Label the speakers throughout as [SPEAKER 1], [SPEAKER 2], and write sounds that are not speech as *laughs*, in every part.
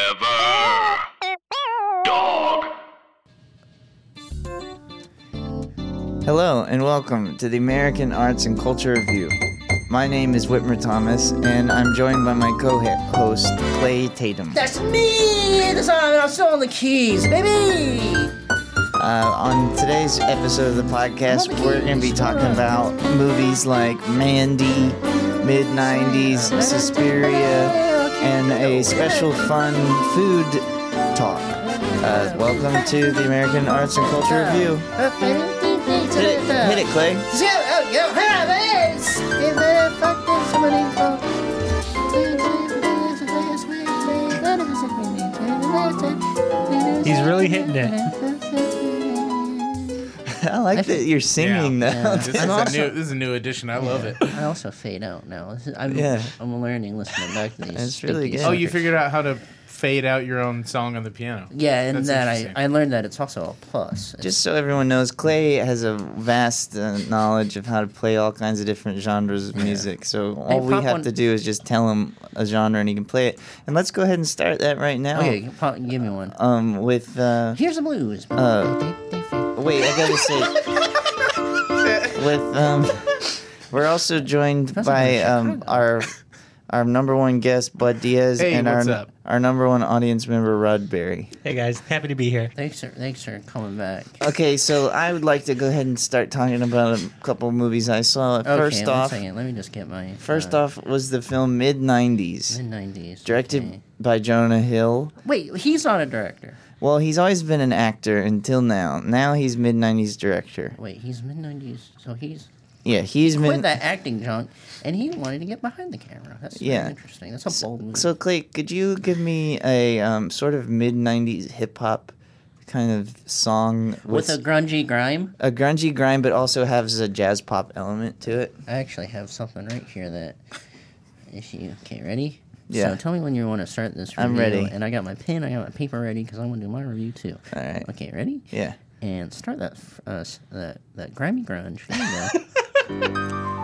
[SPEAKER 1] Forever. Dog.
[SPEAKER 2] Hello and welcome to the American Arts and Culture Review. My name is Whitmer Thomas, and I'm joined by my co-host Clay Tatum. Uh,
[SPEAKER 3] That's me! That's I'm, I'm still on the keys, baby!
[SPEAKER 2] on today's episode of the podcast, we're going to be talking about movies like Mandy, mid '90s, Suspiria, and a special fun food talk. Uh, welcome to the American Arts and Culture Review. Hit it, hit it, Clay.
[SPEAKER 3] oh,
[SPEAKER 4] He's really hitting it.
[SPEAKER 3] it.
[SPEAKER 2] *laughs* I like that you're singing
[SPEAKER 5] Yeah.
[SPEAKER 2] now.
[SPEAKER 5] This is
[SPEAKER 3] I'm
[SPEAKER 5] a
[SPEAKER 3] awesome.
[SPEAKER 5] new this is a new edition. I love it.
[SPEAKER 3] I also fade out now. This is- I'm,
[SPEAKER 2] Yeah.
[SPEAKER 3] I'm learning listening back to these.
[SPEAKER 2] That's really
[SPEAKER 3] stinky
[SPEAKER 2] good.
[SPEAKER 5] Oh, you
[SPEAKER 3] suckers.
[SPEAKER 5] figured out how to fade out your own song on the piano.
[SPEAKER 3] Yeah, and
[SPEAKER 5] That's
[SPEAKER 3] that I,
[SPEAKER 5] interesting.
[SPEAKER 3] I learned that it's also a plus. It's-
[SPEAKER 2] Just so everyone knows, Clay has a vast uh, knowledge of how to play all kinds of different genres of music. So all we
[SPEAKER 3] pop
[SPEAKER 2] have
[SPEAKER 3] one-
[SPEAKER 2] to do is just tell him a genre and he can play it. And let's go ahead and start that right now.
[SPEAKER 3] okay, Oh, you probably give me one.
[SPEAKER 2] Um, with uh,
[SPEAKER 3] Here's the blues.
[SPEAKER 2] Uh,
[SPEAKER 3] They- they fade.
[SPEAKER 2] wait, I gotta say, with um, we're also joined
[SPEAKER 3] That's
[SPEAKER 2] by
[SPEAKER 3] like
[SPEAKER 2] um
[SPEAKER 3] Chicago.
[SPEAKER 2] our our number one guest Bud Diaz
[SPEAKER 5] Hey,
[SPEAKER 2] and
[SPEAKER 5] what's
[SPEAKER 2] our
[SPEAKER 5] up?
[SPEAKER 2] our number one audience member Rod Berry.
[SPEAKER 4] Hey guys, happy to be here.
[SPEAKER 3] thanks for thanks for coming back.
[SPEAKER 2] Okay, so I would like to go ahead and start talking about a couple movies I saw.
[SPEAKER 3] Okay,
[SPEAKER 2] First
[SPEAKER 3] one
[SPEAKER 2] off.
[SPEAKER 3] second, let me just get my uh,
[SPEAKER 2] First off was the film Mid 90s,
[SPEAKER 3] mid nineties
[SPEAKER 2] directed by Jonah Hill.
[SPEAKER 3] Wait, he's not a director.
[SPEAKER 2] Well, he's always been an actor until now. Now he's mid 90s director.
[SPEAKER 3] Wait, he's mid nineties, so he's
[SPEAKER 2] Yeah, he's
[SPEAKER 3] quit
[SPEAKER 2] been.
[SPEAKER 3] that acting junk, and he wanted to get behind the camera. That's very
[SPEAKER 2] Yeah.
[SPEAKER 3] interesting. That's a bold move.
[SPEAKER 2] So, Clay, could you give me a um, sort of mid 90s hip hop kind of song
[SPEAKER 3] with
[SPEAKER 2] with,
[SPEAKER 3] a grungy grime,
[SPEAKER 2] a grungy grind, but also has a jazz pop element to it?
[SPEAKER 3] I actually have something right here that if you okay, ready?
[SPEAKER 2] Yeah.
[SPEAKER 3] So tell me when you want to start this review.
[SPEAKER 2] I'm ready.
[SPEAKER 3] And I got my pen, I got my paper ready because I want to do my review too.
[SPEAKER 2] All right.
[SPEAKER 3] Okay, ready?
[SPEAKER 2] Yeah.
[SPEAKER 3] And start that f- uh, s- that that grimy grunge. There you
[SPEAKER 2] *laughs*
[SPEAKER 3] go.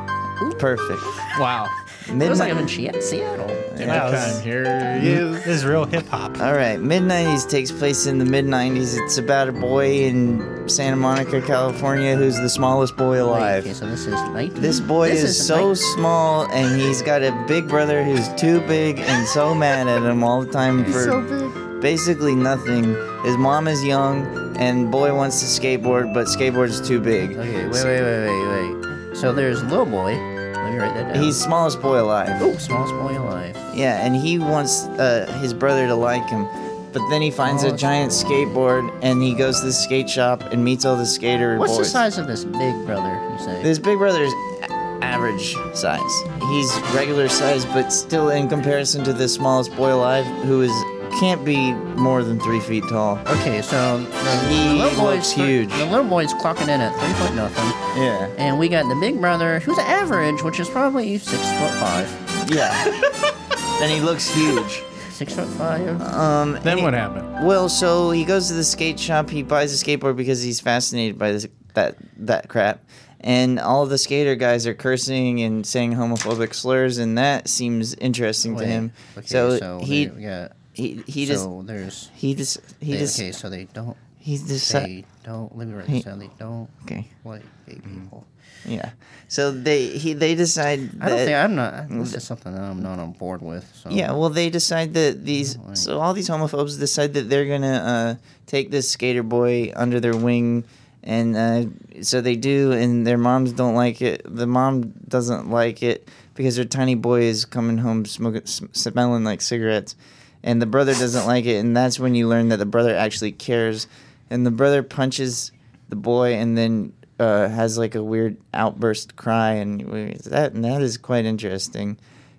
[SPEAKER 2] Perfect.
[SPEAKER 5] Wow.
[SPEAKER 3] it
[SPEAKER 2] Mid
[SPEAKER 3] was like I'm in Shea- Seattle.
[SPEAKER 4] Wow, this,
[SPEAKER 5] Time
[SPEAKER 4] is,
[SPEAKER 5] here he
[SPEAKER 4] this
[SPEAKER 5] is.
[SPEAKER 4] is real hip hop.
[SPEAKER 2] All right, mid 90s takes place in the mid 90s. It's about a boy in Santa Monica, California, who's the smallest boy
[SPEAKER 3] Wait,
[SPEAKER 2] alive.
[SPEAKER 3] okay, so this is 19.
[SPEAKER 2] This boy
[SPEAKER 3] this
[SPEAKER 2] is, so
[SPEAKER 3] nine-
[SPEAKER 2] small, and he's got a big brother who's too big and so mad at him all the time for basically nothing. His mom is young, and boy wants to skateboard, but skateboard's too big.
[SPEAKER 3] Okay, wait, wait, wait, wait, wait. So there's little boy. Let me write that down.
[SPEAKER 2] He's smallest boy alive.
[SPEAKER 3] oh, smallest boy alive.
[SPEAKER 2] Yeah, and he wants uh, his brother to like him. But then he finds a
[SPEAKER 3] Oh,
[SPEAKER 2] giant skateboard, and he goes to the skate shop and meets all the skater
[SPEAKER 3] What's the
[SPEAKER 2] boys.
[SPEAKER 3] size of this big brother? You say?
[SPEAKER 2] This big brother is a- average size. He's regular size, but still in comparison to the smallest boy alive, who is can't be more than three feet tall.
[SPEAKER 3] Okay, so the, the
[SPEAKER 2] He
[SPEAKER 3] little boy's
[SPEAKER 2] looks
[SPEAKER 3] thre-
[SPEAKER 2] huge.
[SPEAKER 3] The little boy's clocking in at three foot nothing,
[SPEAKER 2] Yeah,
[SPEAKER 3] and we got the big brother, who's average, which is probably six foot five. *laughs*
[SPEAKER 2] yeah. and he looks huge.
[SPEAKER 3] Six foot five.
[SPEAKER 2] Um, and
[SPEAKER 5] Then
[SPEAKER 2] he-
[SPEAKER 5] what happened?
[SPEAKER 2] Well, so he goes to the skate shop. He buys a skateboard because he's fascinated by this, that that crap. And all the skater guys are cursing and saying homophobic slurs, and that seems interesting to
[SPEAKER 3] Wait,
[SPEAKER 2] him.
[SPEAKER 3] Okay,
[SPEAKER 2] so,
[SPEAKER 3] there-
[SPEAKER 2] he,
[SPEAKER 3] yeah.
[SPEAKER 2] he he just
[SPEAKER 3] so there's.
[SPEAKER 2] he just he
[SPEAKER 3] they-
[SPEAKER 2] just
[SPEAKER 3] okay, so they don't.
[SPEAKER 2] he just
[SPEAKER 3] They don't. Let me write
[SPEAKER 2] he-
[SPEAKER 3] this down. They don't
[SPEAKER 2] okay Mm-hmm.
[SPEAKER 3] like big people.
[SPEAKER 2] yeah. So they he they decide that
[SPEAKER 3] I don't think I'm not. This is something that I'm not on board with. So
[SPEAKER 2] yeah. Well, they decide that these so all these homophobes decide that they're gonna uh, take this skater boy under their wing, and uh, so they do, and their moms don't like it. The mom doesn't like it because her tiny boy is coming home smoking sm- smelling like cigarettes, and the brother doesn't like it, and that's when you learn that the brother actually cares, and the brother punches the boy, and then. Uh, has like a weird outburst cry and we- that and that is quite interesting.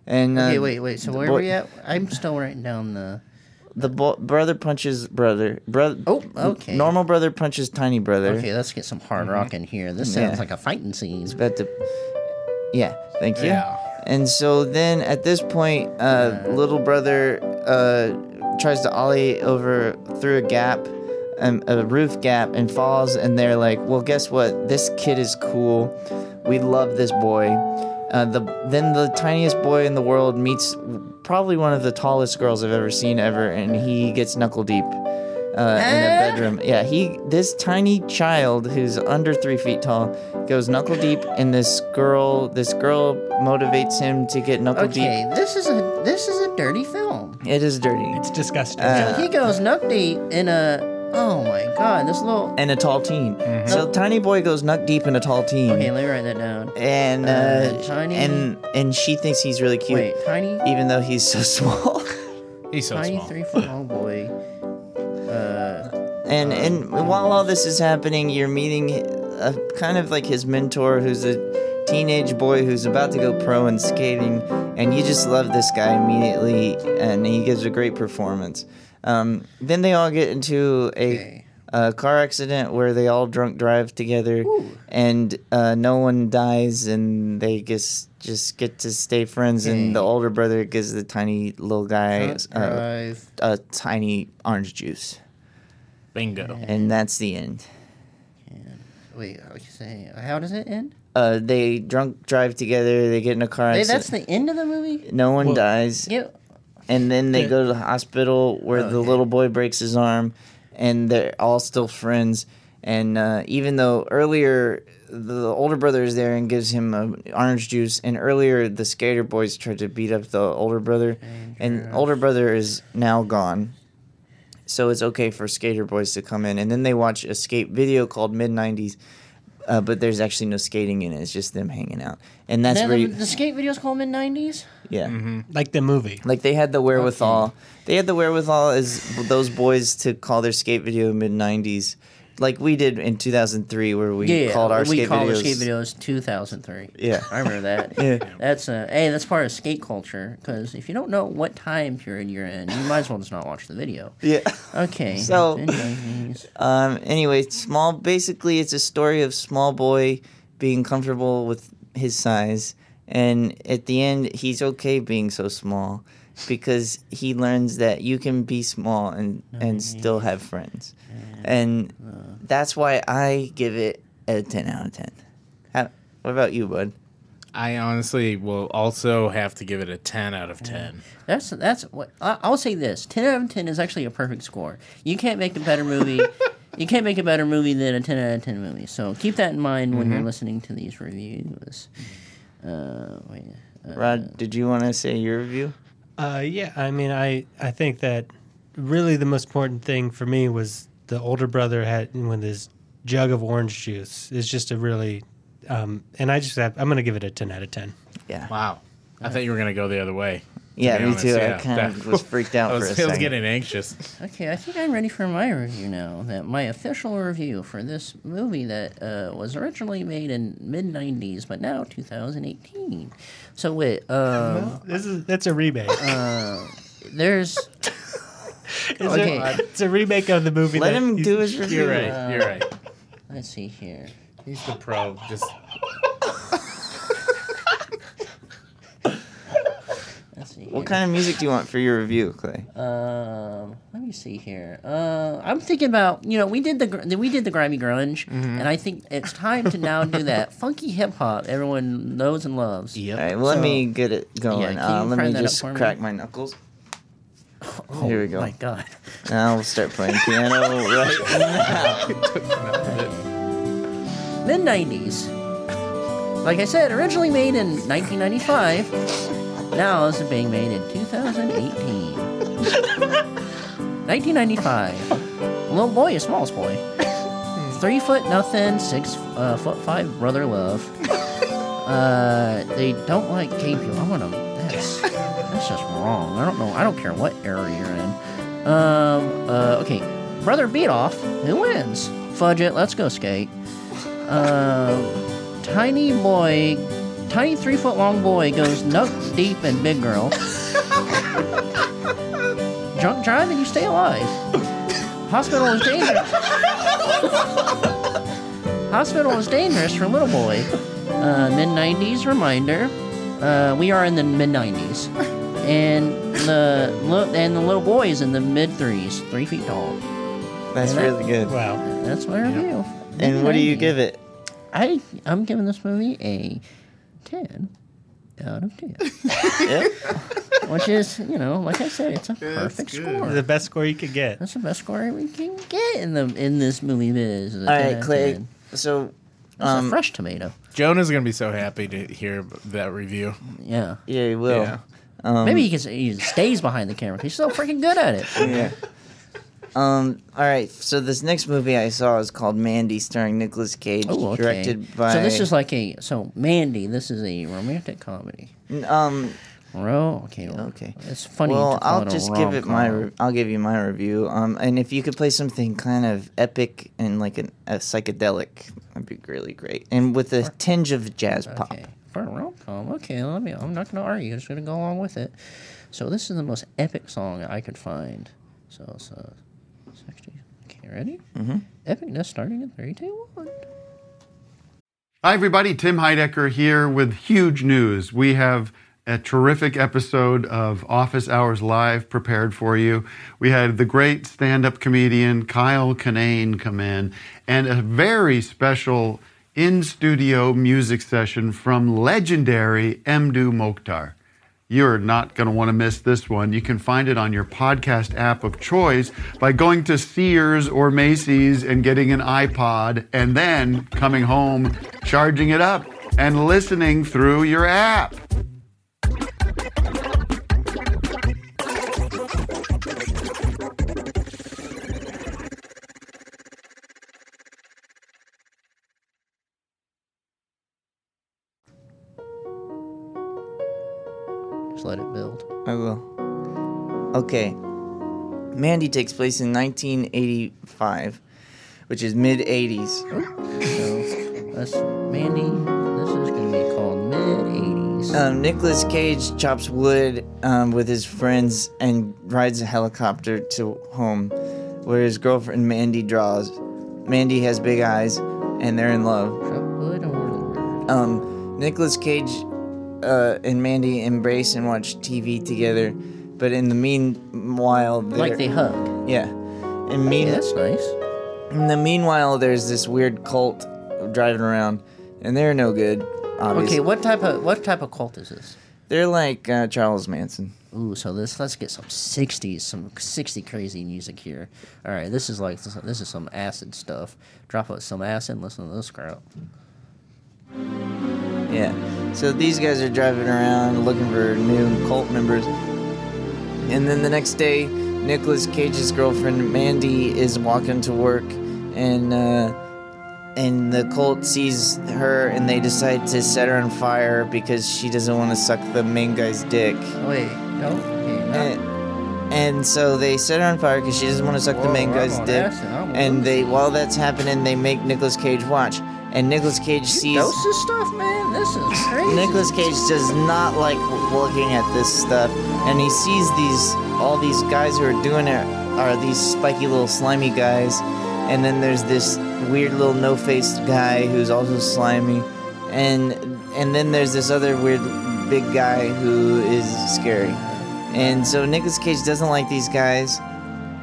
[SPEAKER 2] And
[SPEAKER 3] Okay,
[SPEAKER 2] uh,
[SPEAKER 3] wait, wait. So
[SPEAKER 2] the
[SPEAKER 3] where
[SPEAKER 2] boy-
[SPEAKER 3] are we at? I'm still writing down the.
[SPEAKER 2] the bo- brother punches brother. Brother.
[SPEAKER 3] Oh, okay.
[SPEAKER 2] Normal brother punches tiny brother.
[SPEAKER 3] Okay, let's get some hard rock in here. This
[SPEAKER 2] Mm-hmm. Yeah.
[SPEAKER 3] sounds like a fighting scene.
[SPEAKER 2] About to. Yeah. Thank you.
[SPEAKER 5] Yeah.
[SPEAKER 2] And so then at this point, uh, little brother uh, tries to ollie over through a gap, um, a roof gap, and falls. And they're like, "Well, guess what? This kid is cool. We love this boy." Uh, the then the tiniest boy in the world meets probably one of the tallest girls I've ever seen ever, and he gets knuckle deep uh, in a
[SPEAKER 3] Eh?
[SPEAKER 2] bedroom. Yeah, he this tiny child who's under three feet tall goes knuckle deep, and this girl this girl motivates him to get knuckle
[SPEAKER 3] Okay, this is a this is a dirty film.
[SPEAKER 2] deep. It is dirty.
[SPEAKER 4] It's disgusting.
[SPEAKER 2] Uh,
[SPEAKER 3] he goes nuck deep in a. Oh my god, this little.
[SPEAKER 2] And a tall teen. So tiny boy goes nuck deep in a tall teen.
[SPEAKER 3] Mm-hmm. Okay, let me write that down.
[SPEAKER 2] and uh,
[SPEAKER 3] Uh, tiny-
[SPEAKER 2] and and she thinks he's really cute,
[SPEAKER 3] Wait, tiny,
[SPEAKER 2] even though he's so *laughs* small.
[SPEAKER 5] He's so
[SPEAKER 3] tiny
[SPEAKER 5] small.
[SPEAKER 3] three foot long boy.
[SPEAKER 2] *laughs*
[SPEAKER 3] Uh,
[SPEAKER 2] and and while all this is happening, you're meeting a, kind of like his mentor, who's a teenage boy who's about to go pro in skating, and you just love this guy immediately, and he gives a great performance. Um, then they all get into a.
[SPEAKER 3] Okay.
[SPEAKER 2] A car accident where they all drunk drive together, and uh, no one dies, and they just just get to stay friends. And the
[SPEAKER 3] Okay.
[SPEAKER 2] older brother gives the tiny little guy uh,
[SPEAKER 3] drive.
[SPEAKER 2] a tiny orange juice,
[SPEAKER 5] Bingo.
[SPEAKER 2] and that's the end.
[SPEAKER 3] Wait, I was saying, how does it end?
[SPEAKER 2] uh, they drunk drive together. They get in a car
[SPEAKER 3] Hey,
[SPEAKER 2] accident.
[SPEAKER 3] that's the end of the movie.
[SPEAKER 2] no one
[SPEAKER 4] Well-
[SPEAKER 2] dies,
[SPEAKER 3] Yeah.
[SPEAKER 2] and then they
[SPEAKER 4] Yeah.
[SPEAKER 2] go to the hospital where the
[SPEAKER 3] Okay.
[SPEAKER 2] little boy breaks his arm, and they're all still friends. And uh, even though earlier the older brother is there and gives him a orange juice, and earlier the skater boys tried to beat up the older brother, and older brother is now gone. So it's okay for skater boys to come in, and then they watch a skate video called Mid '90s, uh, but there's actually no skating in it. It's just them hanging out, and that's
[SPEAKER 3] Now,
[SPEAKER 2] where
[SPEAKER 3] the,
[SPEAKER 2] you,
[SPEAKER 3] the skate videos called mid nineties.
[SPEAKER 2] yeah.
[SPEAKER 4] like the movie.
[SPEAKER 2] Like they had the wherewithal. They had the wherewithal as those boys to call their skate video mid '90s, like we did in 2003, where we
[SPEAKER 3] Yeah,
[SPEAKER 2] called our
[SPEAKER 3] we
[SPEAKER 2] skate
[SPEAKER 3] called
[SPEAKER 2] videos.
[SPEAKER 3] our skate videos 2003.
[SPEAKER 2] Yeah.
[SPEAKER 3] I remember that.
[SPEAKER 2] Yeah.
[SPEAKER 3] That's uh, hey, that's part of skate culture because if you don't know what time period you're in, you might as well just not watch the video. *laughs*
[SPEAKER 2] Yeah.
[SPEAKER 3] Okay.
[SPEAKER 2] So-
[SPEAKER 3] Mid 90s.
[SPEAKER 2] Um, anyway, small. Basically, it's a story of small boy being comfortable with his size, and at the end, he's okay being so small because he learns that you can be small and and still have friends, and that's why I give it a ten out of ten. How, what about you, bud?
[SPEAKER 5] I honestly will also have to give it a 10 out of 10.
[SPEAKER 3] *laughs* That's that's what I, I'll say. This ten out of ten is actually a perfect score. You can't make a better movie. you can't make a better movie than a ten out of ten movie. So keep that in mind when you're listening to these reviews. Uh, wait, uh,
[SPEAKER 2] Rod, did you want to say your review?
[SPEAKER 4] Uh, yeah, I mean, I, I think that really the most important thing for me was the older brother had with his jug of orange juice. It's just a really, um, and I just have, I'm going to give it a 10 out of 10.
[SPEAKER 2] Yeah,
[SPEAKER 5] Wow. I thought you were going to go the other way. to
[SPEAKER 2] yeah,
[SPEAKER 5] be
[SPEAKER 2] me
[SPEAKER 5] honest.
[SPEAKER 2] too. I
[SPEAKER 5] Yeah,
[SPEAKER 2] kind of
[SPEAKER 5] that-
[SPEAKER 2] was freaked out
[SPEAKER 5] *laughs* I
[SPEAKER 2] for a
[SPEAKER 5] was, I
[SPEAKER 2] second.
[SPEAKER 5] was getting anxious.
[SPEAKER 3] Okay, I think I'm ready for my review now. That my official review for this movie that uh, was originally made in mid '90s, but now 2018. So wait, um,
[SPEAKER 4] This is That's a remake.
[SPEAKER 3] there's
[SPEAKER 4] Is
[SPEAKER 3] okay.
[SPEAKER 4] there- *laughs* it's a remake of the movie.
[SPEAKER 2] Let
[SPEAKER 4] that
[SPEAKER 2] him
[SPEAKER 4] he's-
[SPEAKER 2] do his review.
[SPEAKER 5] You're right. You're right.
[SPEAKER 3] let's see here.
[SPEAKER 5] He's the pro. Just
[SPEAKER 3] Let's see.
[SPEAKER 2] What
[SPEAKER 3] here.
[SPEAKER 2] kind of music do you want for your review, Clay?
[SPEAKER 3] Um, let me see here. Uh, I'm thinking about you know we did the gr- we did the grimy grunge, and I think it's time to now do that funky hip hop everyone knows and loves.
[SPEAKER 2] All right, well, let me get it going.
[SPEAKER 3] can
[SPEAKER 2] uh,
[SPEAKER 3] you
[SPEAKER 2] let
[SPEAKER 3] fry
[SPEAKER 2] me
[SPEAKER 3] that up
[SPEAKER 2] just
[SPEAKER 3] for me?
[SPEAKER 2] crack my knuckles.
[SPEAKER 3] Oh,
[SPEAKER 2] Here we go.
[SPEAKER 3] My God,
[SPEAKER 2] Now we'll start playing
[SPEAKER 3] *laughs*
[SPEAKER 2] piano right now.
[SPEAKER 3] mid '90s. Like I said, originally made in 1995. Now is being made in 2018. 1995. Little boy is smallest boy. Three foot nothing, six uh, foot five brother love. Uh, they don't like gay people. I want to. That's that's just wrong. I don't know. I don't care what era you're in. Um. Uh. Okay. Brother beat off. Who wins? Fudge it. Let's go skate. Um. Tiny boy. Tiny three foot long boy goes nuts deep in big girl. Drunk drive and you stay alive. Hospital is dangerous. Hospital is dangerous for little boy. Uh, mid 90s reminder. Uh, we are in the mid 90s, and the look and the little boy is in the mid threes, three feet tall.
[SPEAKER 2] That's really good.
[SPEAKER 4] Wow.
[SPEAKER 3] That's my review.
[SPEAKER 2] And what do you
[SPEAKER 3] Mid-90s.
[SPEAKER 2] give it?
[SPEAKER 3] I I'm giving this movie a ten out of 10. *laughs*
[SPEAKER 2] Yep.
[SPEAKER 3] Which is, you know, like I said, it's a perfect
[SPEAKER 5] good.
[SPEAKER 3] score.
[SPEAKER 4] The best score you could get.
[SPEAKER 3] That's the best score we can get in the in this movie biz.
[SPEAKER 2] All right, Clay. So,
[SPEAKER 3] a
[SPEAKER 2] um,
[SPEAKER 3] fresh tomato.
[SPEAKER 5] Jonah's gonna be so happy to hear that review.
[SPEAKER 3] Yeah.
[SPEAKER 2] yeah, you will.
[SPEAKER 5] Yeah.
[SPEAKER 2] um,
[SPEAKER 3] Maybe he, can, he stays behind the camera. 'cause He's so freaking good at it.
[SPEAKER 2] yeah. Um. All right. So this next movie I saw is called Mandy, starring Nicolas Cage,
[SPEAKER 3] Oh, okay.
[SPEAKER 2] directed by.
[SPEAKER 3] So this is like a so Mandy. This is a romantic comedy.
[SPEAKER 2] um.
[SPEAKER 3] Ro okay.
[SPEAKER 2] Okay.
[SPEAKER 3] It's funny.
[SPEAKER 2] well,
[SPEAKER 3] to call
[SPEAKER 2] I'll
[SPEAKER 3] it a
[SPEAKER 2] just give it my.
[SPEAKER 3] rom-com.
[SPEAKER 2] Re- I'll give you my review. Um. And if you could play something kind of epic and like an, a psychedelic, that'd be really great. And with a tinge of jazz pop.
[SPEAKER 3] Okay. For a rom com, okay, let me. I'm not gonna argue. I'm just gonna go along with it. So this is the most epic song I could find. So it's uh, 60. Okay, ready? Mm-hmm. Epicness starting in three, two, one.
[SPEAKER 6] Hi, everybody. Tim Heidecker here with huge news. We have a terrific episode of Office Hours Live prepared for you. We had the great stand up comedian Kyle Kinane come in and a very special in studio music session from legendary Mdu Mokhtar. You're not going to want to miss this one. You can find it on your podcast app of choice by going to Sears or Macy's and getting an iPod and then coming home, charging it up, and listening through your app.
[SPEAKER 3] Just let it build.
[SPEAKER 2] I will. Okay. Mandy takes place in 1985, which is mid 80s.
[SPEAKER 3] So that's Mandy. This is gonna be called mid '80s.
[SPEAKER 2] Um, Nicolas Cage chops wood um, with his friends and rides a helicopter to home, where his girlfriend Mandy draws. Mandy has big eyes, and they're in love.
[SPEAKER 3] Chopwood or
[SPEAKER 2] Um, Nicolas Cage uh, and Mandy embrace and watch TV together, but in the meanwhile, they're,
[SPEAKER 3] like they hug.
[SPEAKER 2] yeah, and mean
[SPEAKER 3] Yeah, that's nice.
[SPEAKER 2] In the meanwhile, there's this weird cult driving around, and they're no good. Obviously.
[SPEAKER 3] Okay, what type of what type of cult is this?
[SPEAKER 2] They're like uh, Charles Manson.
[SPEAKER 3] Ooh, so this let's get some '60s, some '60 crazy music here. All right, this is like this is some acid stuff. Drop us some acid. and Listen to this crowd.
[SPEAKER 2] Yeah. So these guys are driving around looking for new cult members. And then the next day, Nicolas Cage's girlfriend Mandy is walking to work, and uh, and the cult sees her, and they decide to set her on fire because she doesn't want to suck the main guy's dick.
[SPEAKER 3] Wait, no, okay, no.
[SPEAKER 2] And, and so they set her on fire because she doesn't want to suck the
[SPEAKER 3] Whoa,
[SPEAKER 2] main
[SPEAKER 3] I'm
[SPEAKER 2] guy's
[SPEAKER 3] on
[SPEAKER 2] dick.
[SPEAKER 3] acid. I'm
[SPEAKER 2] And
[SPEAKER 3] losing
[SPEAKER 2] they, while that's happening, they make Nicolas Cage watch. And Nicolas Cage sees.
[SPEAKER 3] Dose this stuff, man. This is crazy.
[SPEAKER 2] Nicolas Cage does not like looking at this stuff, and he sees these all these guys who are doing it are these spiky little slimy guys, and then there's this weird little no-faced guy who's also slimy, and and then there's this other weird big guy who is scary, and so Nicolas Cage doesn't like these guys,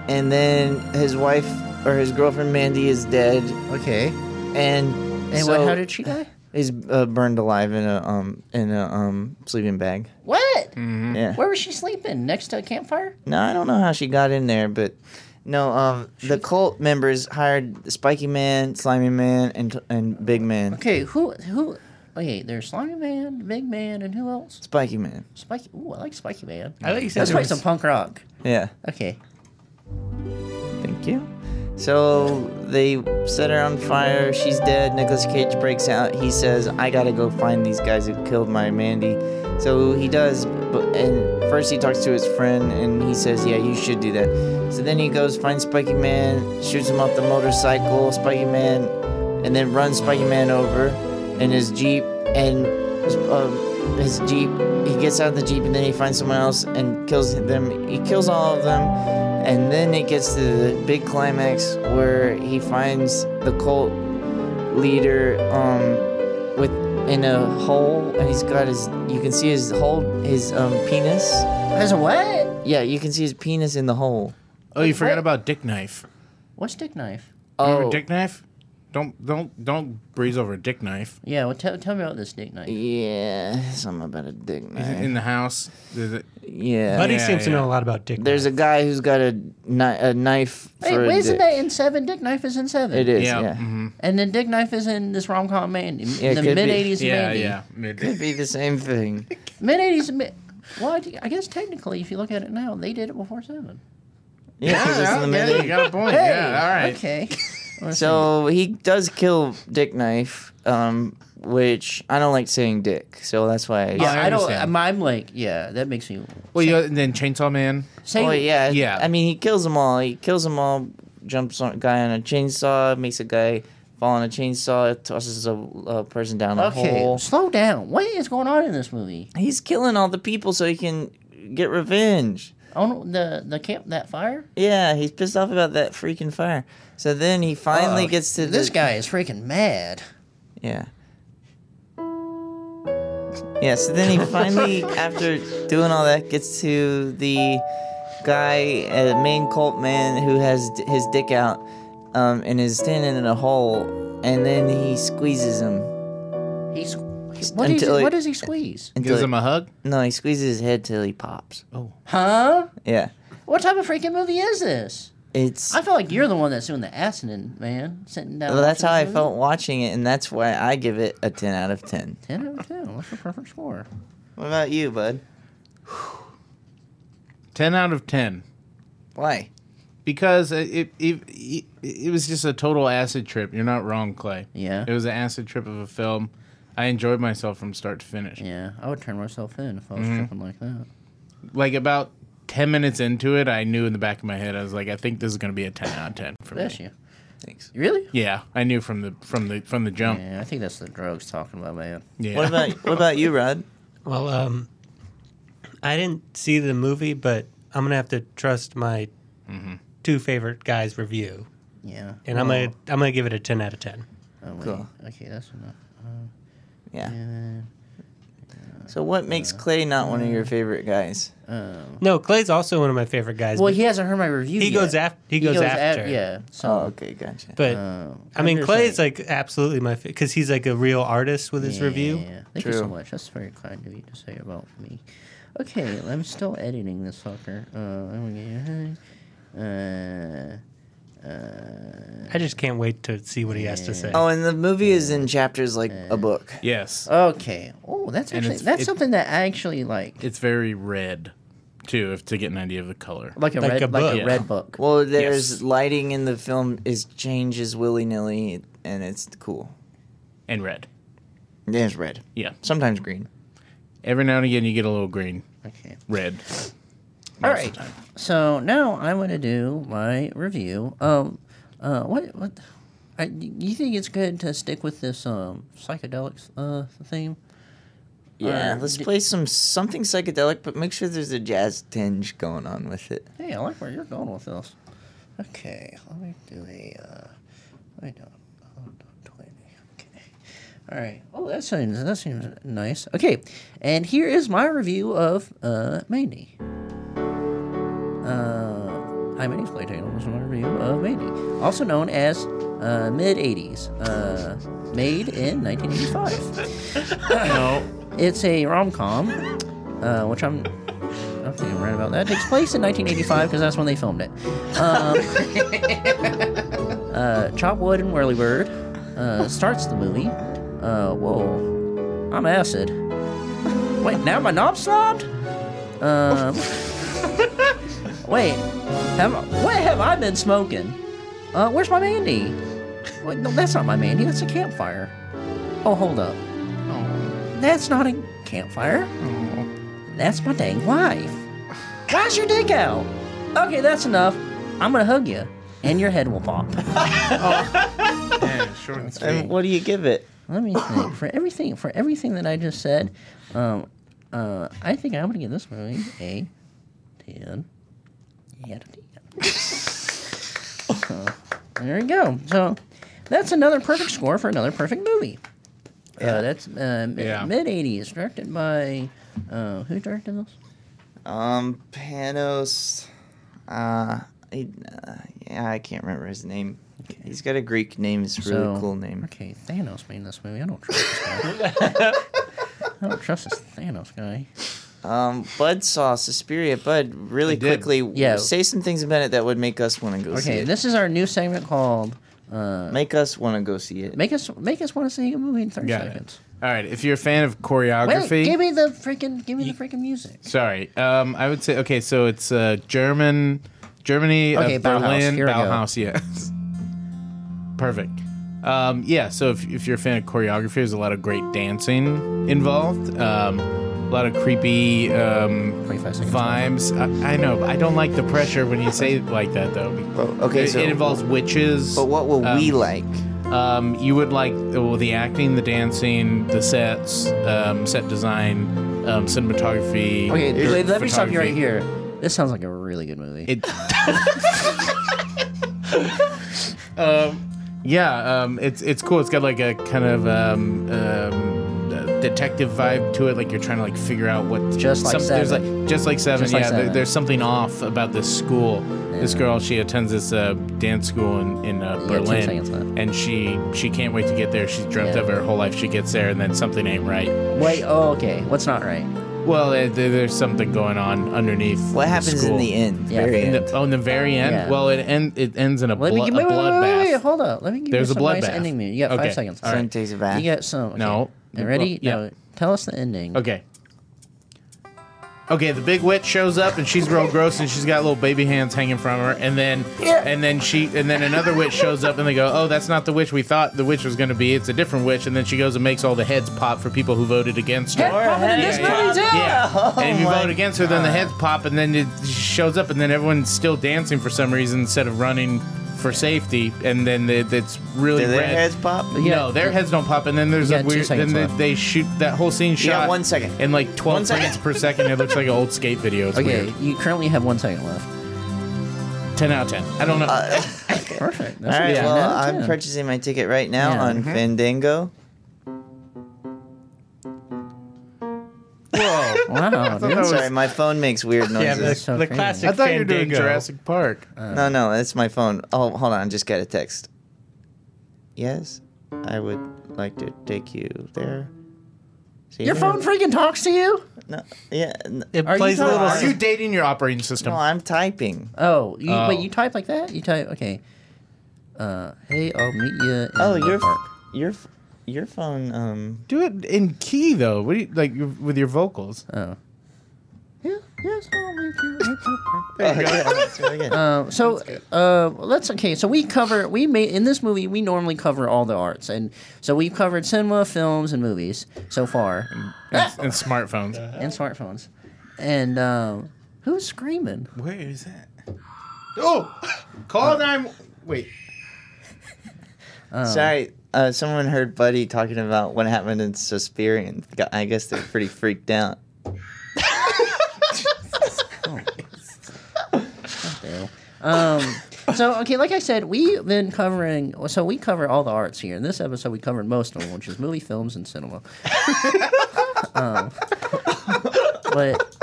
[SPEAKER 2] and then his wife or his girlfriend Mandy is dead,
[SPEAKER 3] Okay.
[SPEAKER 2] and
[SPEAKER 3] And
[SPEAKER 2] so-
[SPEAKER 3] what, how did she die?
[SPEAKER 2] is uh, burned alive in a um in a um sleeping bag.
[SPEAKER 3] Mm. What?
[SPEAKER 2] Yeah.
[SPEAKER 3] Where was she sleeping? Next to a campfire?
[SPEAKER 2] No, I don't know how she got in there, but no. Um, the cult members hired the Spiky Man, Slimy Man, and and Big Man.
[SPEAKER 3] Okay, who who? Okay, there's Slimy Man, Big Man, and who else?
[SPEAKER 2] Spiky Man.
[SPEAKER 3] Spiky. Ooh, I like Spiky Man.
[SPEAKER 4] I like you said
[SPEAKER 3] Let's
[SPEAKER 4] there
[SPEAKER 3] play
[SPEAKER 4] was-
[SPEAKER 3] some punk rock.
[SPEAKER 2] Yeah.
[SPEAKER 3] Okay.
[SPEAKER 2] Thank you. So they set her on fire. She's dead. Nicolas Cage breaks out. He says, "I gotta go find these guys who killed my Mandy." So he does. But and first he talks to his friend, and he says, "Yeah, you should do that." So then he goes finds Spiky Man, shoots him off the motorcycle. Spiky Man, and then runs Spiky Man over in his jeep, and uh, his jeep. He gets out of the jeep, and then he finds someone else and kills them. He kills all of them. And then it gets to the big climax where he finds the cult leader um, with in a hole, and he's got his. You can see his hole, his um, penis.
[SPEAKER 3] As a what?
[SPEAKER 2] Yeah, you can see his penis in the hole.
[SPEAKER 5] Oh, you forgot about Dick Knife.
[SPEAKER 3] What's Dick Knife?
[SPEAKER 5] Remember
[SPEAKER 2] Oh,
[SPEAKER 5] Dick Knife? Don't don't don't breeze over a dick knife
[SPEAKER 3] Yeah, well, tell, tell me about this dick night.
[SPEAKER 2] Yeah, something about a dick knife.
[SPEAKER 5] in the house. There's a-
[SPEAKER 2] Yeah.
[SPEAKER 4] Buddy
[SPEAKER 5] Yeah,
[SPEAKER 4] seems to
[SPEAKER 5] yeah.
[SPEAKER 4] know a lot about dick.
[SPEAKER 2] There's a guy who's got a, kni- a knife
[SPEAKER 3] Wait,
[SPEAKER 2] for a
[SPEAKER 3] wait, isn't
[SPEAKER 2] dick.
[SPEAKER 3] that in seven? Dick knife is in seven.
[SPEAKER 2] It is,
[SPEAKER 5] yeah,
[SPEAKER 2] yeah.
[SPEAKER 5] mhm.
[SPEAKER 3] And then Dick Knife is in this rom com Mandy,
[SPEAKER 2] it
[SPEAKER 3] the
[SPEAKER 2] could be.
[SPEAKER 3] mid '80s
[SPEAKER 5] yeah,
[SPEAKER 3] Mandy.
[SPEAKER 5] yeah. Mid-
[SPEAKER 2] It'd be the same thing.
[SPEAKER 3] Mid '80s. Well, I- I guess technically, if you look at it now, they did it before seven.
[SPEAKER 2] Yeah, 'cause it's in the middle.
[SPEAKER 5] you got a point.
[SPEAKER 3] Hey,
[SPEAKER 5] yeah, all right.
[SPEAKER 3] Okay.
[SPEAKER 5] *laughs*
[SPEAKER 3] *laughs* Let's
[SPEAKER 2] So he does kill Dick Knife, um, which I don't like saying dick, so that's why. I,
[SPEAKER 3] see. yeah,
[SPEAKER 5] I
[SPEAKER 3] I, don't.
[SPEAKER 5] understand.
[SPEAKER 3] I'm, I'm like, yeah, that makes me
[SPEAKER 5] Well, you and then Chainsaw Man.
[SPEAKER 3] say.
[SPEAKER 2] Oh, yeah,
[SPEAKER 5] Yeah.
[SPEAKER 2] I mean, he kills them all. He kills them all. Jumps on a guy on a chainsaw, makes a guy fall on a chainsaw, tosses a, a person down a
[SPEAKER 3] Okay,
[SPEAKER 2] hole.
[SPEAKER 3] slow down. What is going on in this movie?
[SPEAKER 2] He's killing all the people so he can get revenge.
[SPEAKER 3] On the the camp, that fire.
[SPEAKER 2] Yeah, he's pissed off about that freaking fire. So then he finally
[SPEAKER 3] Uh,
[SPEAKER 2] gets to
[SPEAKER 3] This
[SPEAKER 2] the,
[SPEAKER 3] guy is freaking mad.
[SPEAKER 2] Yeah. Yeah, so then he *laughs* finally, after doing all that, gets to the guy, uh, main cult man, who has d- his dick out um, and is standing in a hole, and then he squeezes him.
[SPEAKER 3] He's. What, is,
[SPEAKER 2] Until
[SPEAKER 3] he-
[SPEAKER 2] he-
[SPEAKER 3] what does he squeeze?
[SPEAKER 2] Until
[SPEAKER 5] Gives him a hug.
[SPEAKER 2] he- no, he squeezes his head till he pops.
[SPEAKER 3] Huh?
[SPEAKER 2] Yeah.
[SPEAKER 3] What type of freaking movie is this?
[SPEAKER 2] It's.
[SPEAKER 3] I feel like you're the one that's doing the accident, man. Sitting down.
[SPEAKER 2] well, that's
[SPEAKER 3] watching
[SPEAKER 2] how I
[SPEAKER 3] this movie.
[SPEAKER 2] felt watching it, and that's why I give it a 10 out of 10.
[SPEAKER 3] 10 out of 10. What's your perfect score?
[SPEAKER 2] What about you, bud?
[SPEAKER 5] Ten out of ten.
[SPEAKER 2] Why?
[SPEAKER 5] because it it, it it was just a total acid trip. You're not wrong, Clay.
[SPEAKER 3] Yeah.
[SPEAKER 5] it was an acid trip of a film. I enjoyed myself from start to finish.
[SPEAKER 3] Yeah, I would turn myself in if I
[SPEAKER 4] Mm-hmm.
[SPEAKER 3] was tripping like that.
[SPEAKER 5] Like about ten minutes into it, I knew in the back of my head, I was like, I think this is going to be a ten out of ten for me.
[SPEAKER 3] Bless you.
[SPEAKER 2] Thanks.
[SPEAKER 3] Really?
[SPEAKER 5] Yeah, I knew from the from the from the jump.
[SPEAKER 3] Yeah, I think that's the drugs talking about, man.
[SPEAKER 5] Yeah,
[SPEAKER 2] What
[SPEAKER 5] *laughs*
[SPEAKER 2] about what about you, Rod?
[SPEAKER 4] Well, um, I didn't see the movie, but I'm gonna have to trust my two favorite guys' review,
[SPEAKER 3] Yeah.
[SPEAKER 4] and I'm gonna I'm gonna give it a ten out of ten.
[SPEAKER 3] Oh, wait.
[SPEAKER 2] Cool.
[SPEAKER 3] Okay, that's enough.
[SPEAKER 2] Yeah.
[SPEAKER 3] Uh,
[SPEAKER 2] So what makes Clay not one of your favorite guys?
[SPEAKER 3] um,
[SPEAKER 4] No, Clay's also one of my favorite guys.
[SPEAKER 3] well,
[SPEAKER 4] but
[SPEAKER 3] he hasn't heard my review.
[SPEAKER 4] he
[SPEAKER 3] yet.
[SPEAKER 4] goes after. He goes
[SPEAKER 3] af-
[SPEAKER 4] after.
[SPEAKER 3] yeah. So,
[SPEAKER 2] Oh, okay, gotcha.
[SPEAKER 4] But
[SPEAKER 3] um,
[SPEAKER 4] I mean,
[SPEAKER 3] I'm just
[SPEAKER 4] Clay's
[SPEAKER 3] saying-
[SPEAKER 4] like absolutely my because he's like a real artist with his review.
[SPEAKER 3] Yeah. Thank you so
[SPEAKER 2] True.
[SPEAKER 3] much. That's very kind of you to say about me. Okay, I'm still editing this sucker. Uh, I'm gonna- uh, uh,
[SPEAKER 4] I just can't wait to see what he has to say.
[SPEAKER 2] oh, and the movie is in chapters like a book.
[SPEAKER 5] yes,
[SPEAKER 3] Uh, Okay. Oh, that's
[SPEAKER 5] And
[SPEAKER 3] actually
[SPEAKER 5] it's-
[SPEAKER 3] that's
[SPEAKER 5] it-
[SPEAKER 3] something that I actually like.
[SPEAKER 5] it's very red, too, if to get an idea of the color.
[SPEAKER 3] Like a
[SPEAKER 4] Like
[SPEAKER 3] red
[SPEAKER 4] a
[SPEAKER 3] like
[SPEAKER 4] book.
[SPEAKER 3] a red book.
[SPEAKER 2] Well, there's
[SPEAKER 5] Yes.
[SPEAKER 2] lighting in the film is changes willy nilly, and it's cool.
[SPEAKER 5] And red.
[SPEAKER 2] There's red,
[SPEAKER 5] Yeah,
[SPEAKER 2] sometimes green.
[SPEAKER 5] every now and again you get a little green,
[SPEAKER 3] Okay.
[SPEAKER 5] red.
[SPEAKER 3] All
[SPEAKER 5] Most of
[SPEAKER 3] right.
[SPEAKER 5] the time.
[SPEAKER 3] So now I'm gonna do my review. Um, uh, what what? I, you think it's good to stick with this um psychedelics uh theme?
[SPEAKER 2] Yeah,
[SPEAKER 3] Uh,
[SPEAKER 2] let's
[SPEAKER 3] d-
[SPEAKER 2] play some something psychedelic, but make sure there's a jazz tinge going on with it.
[SPEAKER 3] Hey, I like where you're going with this. Okay, let me do a. Uh, let me do a- hold on, twenty. Okay. All right. Oh, that seems that seems nice. Okay, and here is my review of uh, Mandy. Uh, I'm an Clay Taylor. This is my review of Mandy, also known as uh, mid '80s, uh, made in 1985. It's a rom com, uh, which I'm. I don't think I'm right about that. It takes place in 1985 because that's when they filmed it. Um, uh, Chop Wood and Whirly Bird uh, starts the movie. Uh, whoa, I'm acid. Wait, now my knob slobbed? Um, wait, have, what have I been smoking? Uh, where's my Mandy? Wait, no, that's not my Mandy. That's a campfire. Oh, hold up. That's not a campfire. That's my dang wife. Why's your dick out? Okay, that's enough. I'm gonna hug you, and your head will pop.
[SPEAKER 5] Yeah, short and
[SPEAKER 2] And
[SPEAKER 5] sweet.
[SPEAKER 2] what do you give it?
[SPEAKER 3] Let me think. For everything, for everything that I just said, um, uh, I think I'm gonna give this movie a ten out of ten. so, there we go. So that's another perfect score for another perfect movie. Yeah, that's uh, mi-
[SPEAKER 5] Yeah.
[SPEAKER 3] mid '80s, directed by uh, who directed this?
[SPEAKER 2] Um, Panos. Uh, he- uh, yeah, I can't remember his name. He's got a Greek name. It's a really
[SPEAKER 3] So-
[SPEAKER 2] cool name.
[SPEAKER 3] Okay, Thanos made this movie. I don't trust this guy.
[SPEAKER 5] *laughs*
[SPEAKER 3] I don't trust this Thanos guy.
[SPEAKER 2] Um, Bud saw Suspiria. Bud, really
[SPEAKER 5] did.
[SPEAKER 2] quickly,
[SPEAKER 3] Yeah.
[SPEAKER 2] say some things about it that would make us want to go see
[SPEAKER 3] Okay,
[SPEAKER 2] it.
[SPEAKER 3] this is our new segment called uh,
[SPEAKER 2] make us want to go see it.
[SPEAKER 3] "Make Us Make Us Want to See a Movie in 30
[SPEAKER 5] Got it.
[SPEAKER 3] Seconds."
[SPEAKER 5] All right. If you're a fan of choreography,
[SPEAKER 3] Wait, give me the freaking give me the freaking music.
[SPEAKER 5] Sorry. Um, I would say okay. So it's uh, German, Germany
[SPEAKER 3] Okay,
[SPEAKER 5] of
[SPEAKER 3] Bauhaus.
[SPEAKER 5] Berlin,
[SPEAKER 3] Here we go.
[SPEAKER 5] Bauhaus. Yes. Perfect. Um, yeah. So if, if you're a fan of choreography, there's a lot of great dancing involved. Um, a lot of creepy um,
[SPEAKER 3] 25 seconds.
[SPEAKER 5] vibes. I, I know. but I don't like the pressure when you say it like that though.
[SPEAKER 2] But- okay,
[SPEAKER 5] It,
[SPEAKER 2] so-
[SPEAKER 5] it involves witches.
[SPEAKER 2] But what will we
[SPEAKER 5] um,
[SPEAKER 2] like?
[SPEAKER 5] Um, you would like well, the acting, the dancing, the sets, um, set design, um, cinematography.
[SPEAKER 3] Okay,
[SPEAKER 5] your
[SPEAKER 3] wait, let me stop you
[SPEAKER 5] photography.
[SPEAKER 3] right here. This sounds like a really good movie.
[SPEAKER 5] It. um, yeah, um, it's it's cool. It's got like a kind of um, um, uh, detective vibe to it. Like you're trying to like figure out what.
[SPEAKER 3] Just like
[SPEAKER 5] There's
[SPEAKER 3] Seven.
[SPEAKER 5] like just like seven.
[SPEAKER 3] Just
[SPEAKER 5] yeah,
[SPEAKER 3] like
[SPEAKER 5] there-
[SPEAKER 3] Seven.
[SPEAKER 5] there's something off about this school. This girl, she attends this uh, dance school in in uh,
[SPEAKER 3] You got two seconds
[SPEAKER 5] Berlin,
[SPEAKER 3] left.
[SPEAKER 5] and she she can't wait to get there. She's dreamt
[SPEAKER 3] Yeah.
[SPEAKER 5] of it her whole life. She gets there, and then something ain't right.
[SPEAKER 3] wait, oh, okay. What's not right?
[SPEAKER 5] Well, uh, there- there's something going on underneath.
[SPEAKER 2] What
[SPEAKER 5] the
[SPEAKER 2] happens in
[SPEAKER 5] school.
[SPEAKER 2] the end?
[SPEAKER 3] Yeah,
[SPEAKER 2] Very
[SPEAKER 5] In
[SPEAKER 2] end.
[SPEAKER 5] the, oh, in the very end.
[SPEAKER 3] Yeah.
[SPEAKER 5] Well, it end, it ends in a,
[SPEAKER 3] Let
[SPEAKER 5] blo-
[SPEAKER 3] me
[SPEAKER 5] a
[SPEAKER 3] give, wait, wait, wait, wait, wait,
[SPEAKER 5] bloodbath.
[SPEAKER 3] hold up. Let me give
[SPEAKER 5] There's
[SPEAKER 3] you
[SPEAKER 5] a
[SPEAKER 3] some nice
[SPEAKER 5] bloodbath.
[SPEAKER 3] ending. music. You got
[SPEAKER 5] Okay,
[SPEAKER 3] five seconds.
[SPEAKER 5] all
[SPEAKER 2] Son takes a bath.
[SPEAKER 3] You got some. Okay.
[SPEAKER 5] No.
[SPEAKER 3] You ready?
[SPEAKER 5] Yeah.
[SPEAKER 3] No. Tell us the ending.
[SPEAKER 5] Okay. Okay, the big witch shows up and she's real gross and she's got little baby hands hanging from her and then and then she and then another witch shows up and they go, "Oh, that's not the witch we thought the witch was going to be. It's a different witch." And then she goes and makes all the heads pop for people who voted against her.
[SPEAKER 2] Hey.
[SPEAKER 5] Yeah. and
[SPEAKER 3] Oh
[SPEAKER 5] if you
[SPEAKER 2] my
[SPEAKER 5] vote against her, then the heads pop, and then it shows up, and then everyone's still dancing for some reason instead of running for safety, and then the- that's really
[SPEAKER 2] Do their
[SPEAKER 5] red.
[SPEAKER 2] heads pop?
[SPEAKER 5] No, their heads don't pop, and then there's
[SPEAKER 3] You
[SPEAKER 5] a
[SPEAKER 3] got two
[SPEAKER 5] weird. Then
[SPEAKER 3] seconds
[SPEAKER 5] they,
[SPEAKER 3] left.
[SPEAKER 5] they shoot that whole scene
[SPEAKER 2] You got
[SPEAKER 5] shot.
[SPEAKER 2] one second.
[SPEAKER 5] In like
[SPEAKER 2] One
[SPEAKER 5] twelve
[SPEAKER 2] second.
[SPEAKER 5] frames per second, it looks like an old skate video. It's
[SPEAKER 3] Okay.
[SPEAKER 5] weird.
[SPEAKER 3] You currently have one second left.
[SPEAKER 5] Ten out of ten. I don't know.
[SPEAKER 2] Uh,
[SPEAKER 3] Perfect.
[SPEAKER 2] All
[SPEAKER 3] That's
[SPEAKER 2] right.
[SPEAKER 3] a good
[SPEAKER 2] Well,
[SPEAKER 3] nine out of
[SPEAKER 2] I'm
[SPEAKER 3] 10.
[SPEAKER 2] purchasing my ticket right now
[SPEAKER 3] Yeah.
[SPEAKER 2] on Fandango.
[SPEAKER 5] Whoa!
[SPEAKER 3] *laughs* Wow, dude.
[SPEAKER 5] that was-
[SPEAKER 2] Sorry, my phone makes weird
[SPEAKER 4] Yeah,
[SPEAKER 2] noises.
[SPEAKER 4] the,
[SPEAKER 3] so
[SPEAKER 4] the
[SPEAKER 3] crazy.
[SPEAKER 4] classic.
[SPEAKER 5] I thought you were doing
[SPEAKER 4] Fandango.
[SPEAKER 5] Jurassic Park.
[SPEAKER 3] Uh.
[SPEAKER 2] no, no, that's my phone. Oh, hold on. Just got a text. Yes, I would like to take you there. See
[SPEAKER 3] Your
[SPEAKER 2] you.
[SPEAKER 3] phone freaking talks to you?
[SPEAKER 2] No, yeah. n-
[SPEAKER 4] It
[SPEAKER 3] Are you
[SPEAKER 4] plays a
[SPEAKER 3] talking-
[SPEAKER 4] little.
[SPEAKER 5] Are you dating your operating system?
[SPEAKER 2] No, I'm typing.
[SPEAKER 3] Oh, you,
[SPEAKER 5] Oh.
[SPEAKER 3] wait, you type like that? You type, okay. Uh, hey, I'll meet you. In
[SPEAKER 2] Oh,
[SPEAKER 3] the
[SPEAKER 2] your f-
[SPEAKER 3] park.
[SPEAKER 2] your f- your phone.
[SPEAKER 3] *laughs*
[SPEAKER 2] Um,
[SPEAKER 5] Do it in key though. What do you like your- with your vocals?
[SPEAKER 2] Uh,
[SPEAKER 3] Oh. Yeah, yes, I'll meet you. in the park.
[SPEAKER 2] oh, yeah, that's really good.
[SPEAKER 3] Um, *laughs* so uh, let's okay. So we cover we made in this movie we normally cover all the arts, and so we've covered cinema, films, and movies so far,
[SPEAKER 5] And, *laughs* and smartphones.
[SPEAKER 3] and smartphones. And um, who's screaming?
[SPEAKER 5] Where is that? Oh, call nine. Wait.
[SPEAKER 2] Sorry, uh, someone heard Buddy talking about what happened in Suspiria, and got- I guess they're pretty freaked out.
[SPEAKER 3] Ew. Um, so okay, like I said, we've been covering. So we cover all the arts here. In this episode, we covered most of them, which is movie, films, and cinema. *laughs* um, but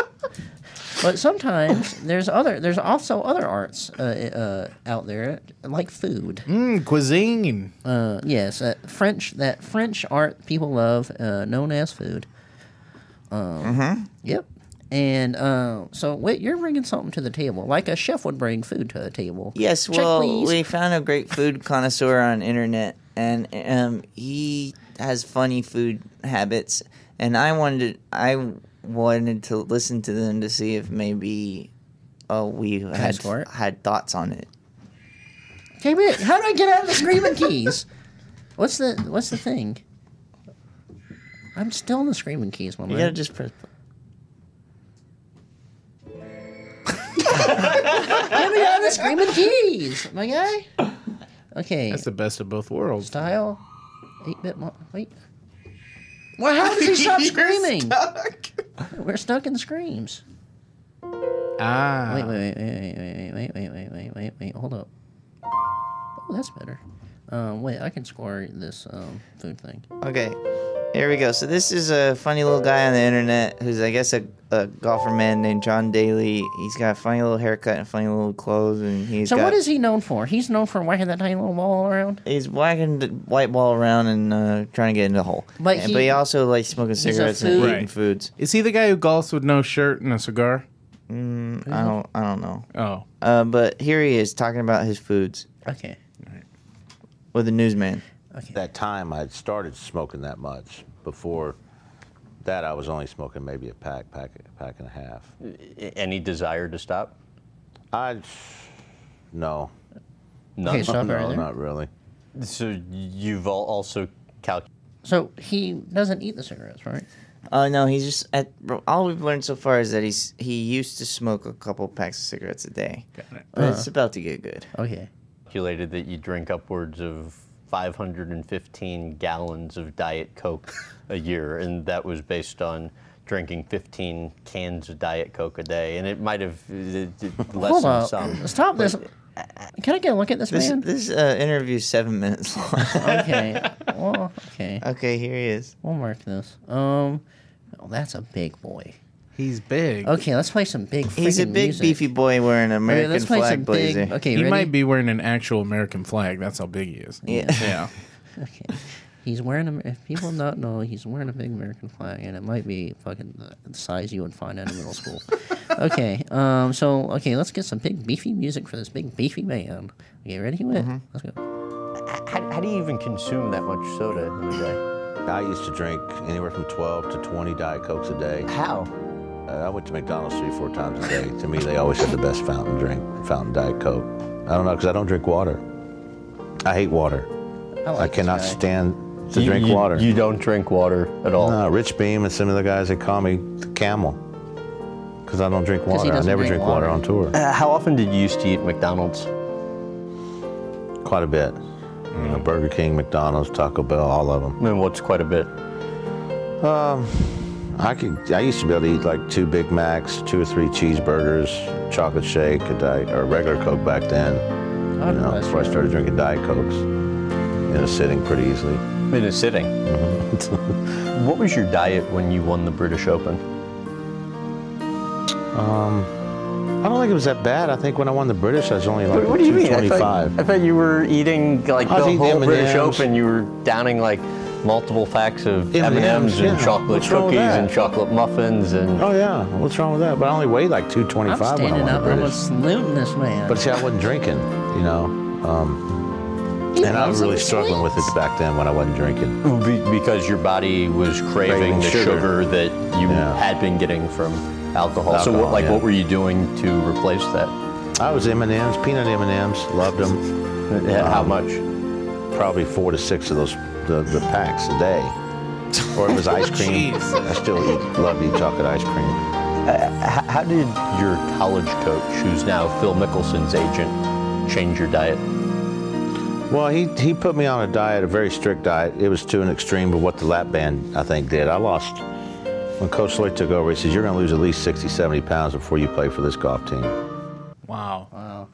[SPEAKER 3] but sometimes there's other there's also other arts uh, uh, out there like food.
[SPEAKER 5] Mm, cuisine.
[SPEAKER 3] Uh, yes, uh, French that French art people love, uh, known as food. Um, Yep. And uh, so, what you're bringing something to the table, like a chef would bring food to a table.
[SPEAKER 2] Yes,
[SPEAKER 3] Check,
[SPEAKER 2] well,
[SPEAKER 3] please.
[SPEAKER 2] we found a great food connoisseur on internet, and um, he has funny food habits. And I wanted, I wanted to listen to them to see if maybe, oh, we had
[SPEAKER 3] score it?
[SPEAKER 2] had thoughts on it.
[SPEAKER 3] Okay, wait, how do I get out of the screaming keys? What's the What's the thing? I'm still in the screaming keys, my
[SPEAKER 2] You gotta
[SPEAKER 3] man.
[SPEAKER 2] just press.
[SPEAKER 3] Get me out of the screaming keys, my guy. Okay.
[SPEAKER 5] That's the best of both worlds.
[SPEAKER 3] Style. Eight bit. Mo- wait. Well, how does he stop screaming? We're stuck in screams.
[SPEAKER 5] Ah.
[SPEAKER 3] Wait, wait, wait, wait, wait, wait, wait, wait, wait, wait, wait, wait. Hold up. Oh, that's better. Um, wait, I can score this um, food thing.
[SPEAKER 2] Okay, Here we go. So this is a funny little guy on the internet who's, I guess, a, a golfer man named John Daly. He's got a funny little haircut and funny little clothes, and he's
[SPEAKER 3] So
[SPEAKER 2] got
[SPEAKER 3] what is he known for? He's known for whacking that tiny little ball around.
[SPEAKER 2] he's whacking the white ball around and uh, trying to get in the hole.
[SPEAKER 3] But
[SPEAKER 2] And-
[SPEAKER 3] he-
[SPEAKER 2] but he also likes smoking
[SPEAKER 3] a
[SPEAKER 2] cigarettes and
[SPEAKER 3] food-
[SPEAKER 2] eating
[SPEAKER 5] Right.
[SPEAKER 2] foods.
[SPEAKER 5] Is he the guy who golfs with no shirt and a cigar?
[SPEAKER 2] I don't, I don't know.
[SPEAKER 5] Oh,
[SPEAKER 2] Uh, but here he is talking about his foods
[SPEAKER 3] Okay.
[SPEAKER 2] with a newsman.
[SPEAKER 7] that time I'd started smoking that much. Before that, I was only smoking maybe a pack, pack, pack and a half.
[SPEAKER 8] Any desire to stop?
[SPEAKER 7] I, no,
[SPEAKER 8] None.
[SPEAKER 7] *laughs*
[SPEAKER 3] Okay, stop
[SPEAKER 7] no,
[SPEAKER 3] right there.
[SPEAKER 7] not really.
[SPEAKER 8] So you've al- also calculated.
[SPEAKER 3] So he doesn't eat the cigarettes, right?
[SPEAKER 2] Uh, no, he's just at, all we've learned so far is that he's he used to smoke a couple packs of cigarettes a day. But
[SPEAKER 3] Uh-huh.
[SPEAKER 2] it's about to get good.
[SPEAKER 3] Okay.
[SPEAKER 8] calculated that you drink upwards of 515 gallons of Diet Coke a year, and that was based on drinking 15 cans of Diet Coke a day, and it might have uh, d- d-
[SPEAKER 3] Hold
[SPEAKER 8] lessened
[SPEAKER 3] on.
[SPEAKER 8] some.
[SPEAKER 3] Stop this. Can I get a look at this,
[SPEAKER 2] This *laughs*
[SPEAKER 3] man?
[SPEAKER 2] this uh, interview's seven *laughs* minutes long.
[SPEAKER 3] *laughs* Okay. well, okay.
[SPEAKER 2] okay, here he is.
[SPEAKER 3] We'll mark this. Um, oh, that's a big boy.
[SPEAKER 5] he's big.
[SPEAKER 3] Okay, let's play some big.
[SPEAKER 2] He's a
[SPEAKER 3] friggin'
[SPEAKER 2] big
[SPEAKER 3] music.
[SPEAKER 2] beefy boy wearing an
[SPEAKER 3] Okay,
[SPEAKER 2] American
[SPEAKER 3] let's play
[SPEAKER 2] flag
[SPEAKER 3] some
[SPEAKER 2] blazer.
[SPEAKER 3] big. Okay,
[SPEAKER 5] He
[SPEAKER 3] ready?
[SPEAKER 5] might be wearing an actual American flag. That's how big he is.
[SPEAKER 2] Yeah. *laughs*
[SPEAKER 5] Yeah.
[SPEAKER 3] Okay. He's wearing a. If people don't know, he's wearing a big American flag, and it might be fucking the size you would find out in middle school. okay. Um. So okay, let's get some big beefy music for this big beefy man. Okay, ready? Wait, Let's go.
[SPEAKER 8] How, how do you even consume that much soda in a day?
[SPEAKER 7] I used to drink anywhere from 12 to 20 Diet Cokes a day.
[SPEAKER 8] How?
[SPEAKER 7] Uh, I went to McDonald's three, four times a day. to me, they always had the best fountain drink, fountain Diet Coke. I don't know, because I don't drink water. I hate water.
[SPEAKER 3] I,
[SPEAKER 7] I
[SPEAKER 3] like this
[SPEAKER 7] cannot
[SPEAKER 3] guy.
[SPEAKER 7] stand to
[SPEAKER 8] You-
[SPEAKER 7] drink
[SPEAKER 8] you-
[SPEAKER 7] water.
[SPEAKER 8] You don't drink water at all.
[SPEAKER 7] No, Rich Beam and some of the guys that call me the camel. Because I don't drink
[SPEAKER 3] 'Cause he
[SPEAKER 7] water. I
[SPEAKER 3] doesn't
[SPEAKER 7] never
[SPEAKER 3] drink
[SPEAKER 7] drink water.
[SPEAKER 3] water.
[SPEAKER 7] on tour.
[SPEAKER 8] Uh, How often did you used to eat McDonald's?
[SPEAKER 7] Quite a bit. You know, Burger King, McDonald's, Taco Bell, all of them.
[SPEAKER 8] And what's quite a bit?
[SPEAKER 7] I could. I used to be able to eat like two Big Macs, two or three cheeseburgers, chocolate shake, a diet or regular Coke back then.
[SPEAKER 3] God
[SPEAKER 7] You know,
[SPEAKER 3] bless
[SPEAKER 7] before I
[SPEAKER 3] you.
[SPEAKER 7] started drinking Diet Cokes, in a sitting pretty easily.
[SPEAKER 8] In a sitting. *laughs* what was your diet when you won the British Open?
[SPEAKER 7] Um, I don't think it was that bad. I think when I won the British, I was only like
[SPEAKER 8] What do you mean? I
[SPEAKER 7] 225.
[SPEAKER 8] thought, I thought you were eating like
[SPEAKER 7] I was
[SPEAKER 8] the
[SPEAKER 7] eating
[SPEAKER 8] whole British
[SPEAKER 7] M&Ms.
[SPEAKER 8] Open. You were downing like multiple packs of M&Ms,
[SPEAKER 7] M&Ms,
[SPEAKER 8] and
[SPEAKER 7] yeah.
[SPEAKER 8] chocolate
[SPEAKER 7] What's wrong with
[SPEAKER 8] cookies
[SPEAKER 7] that?
[SPEAKER 8] and chocolate muffins and
[SPEAKER 7] Oh yeah, what's wrong with that? But I only weighed like
[SPEAKER 3] I'm
[SPEAKER 7] 225 when I won
[SPEAKER 3] standing
[SPEAKER 7] the
[SPEAKER 3] up. and I'm
[SPEAKER 7] British.
[SPEAKER 3] gonna salute this man.
[SPEAKER 7] But see, I wasn't drinking, you know. Um, and I was really struggling with it back then when I wasn't drinking.
[SPEAKER 8] Be- because your body was craving,
[SPEAKER 7] Craving
[SPEAKER 8] the
[SPEAKER 7] sugar.
[SPEAKER 8] sugar. that you
[SPEAKER 7] Yeah.
[SPEAKER 8] had been getting from alcohol. so
[SPEAKER 7] Alcohol,
[SPEAKER 8] what, like,
[SPEAKER 7] yeah.
[SPEAKER 8] what were you doing to replace that?
[SPEAKER 7] I was M and M's, peanut M and M's, loved Um, them.
[SPEAKER 8] Uh, How much?
[SPEAKER 7] Probably four to six of those the, the packs a day. Or it was ice cream. I still eat, love to eat chocolate ice cream.
[SPEAKER 8] H- how did your college coach, who's now Phil Mickelson's agent, change your diet?
[SPEAKER 7] Well, he he put me on a diet, a very strict diet. It was to an extreme of what the lap band I think did. I lost. When Coach Lloyd took over, he says, You're going to lose at least 60, 70 pounds before you play for this golf team.
[SPEAKER 5] Wow.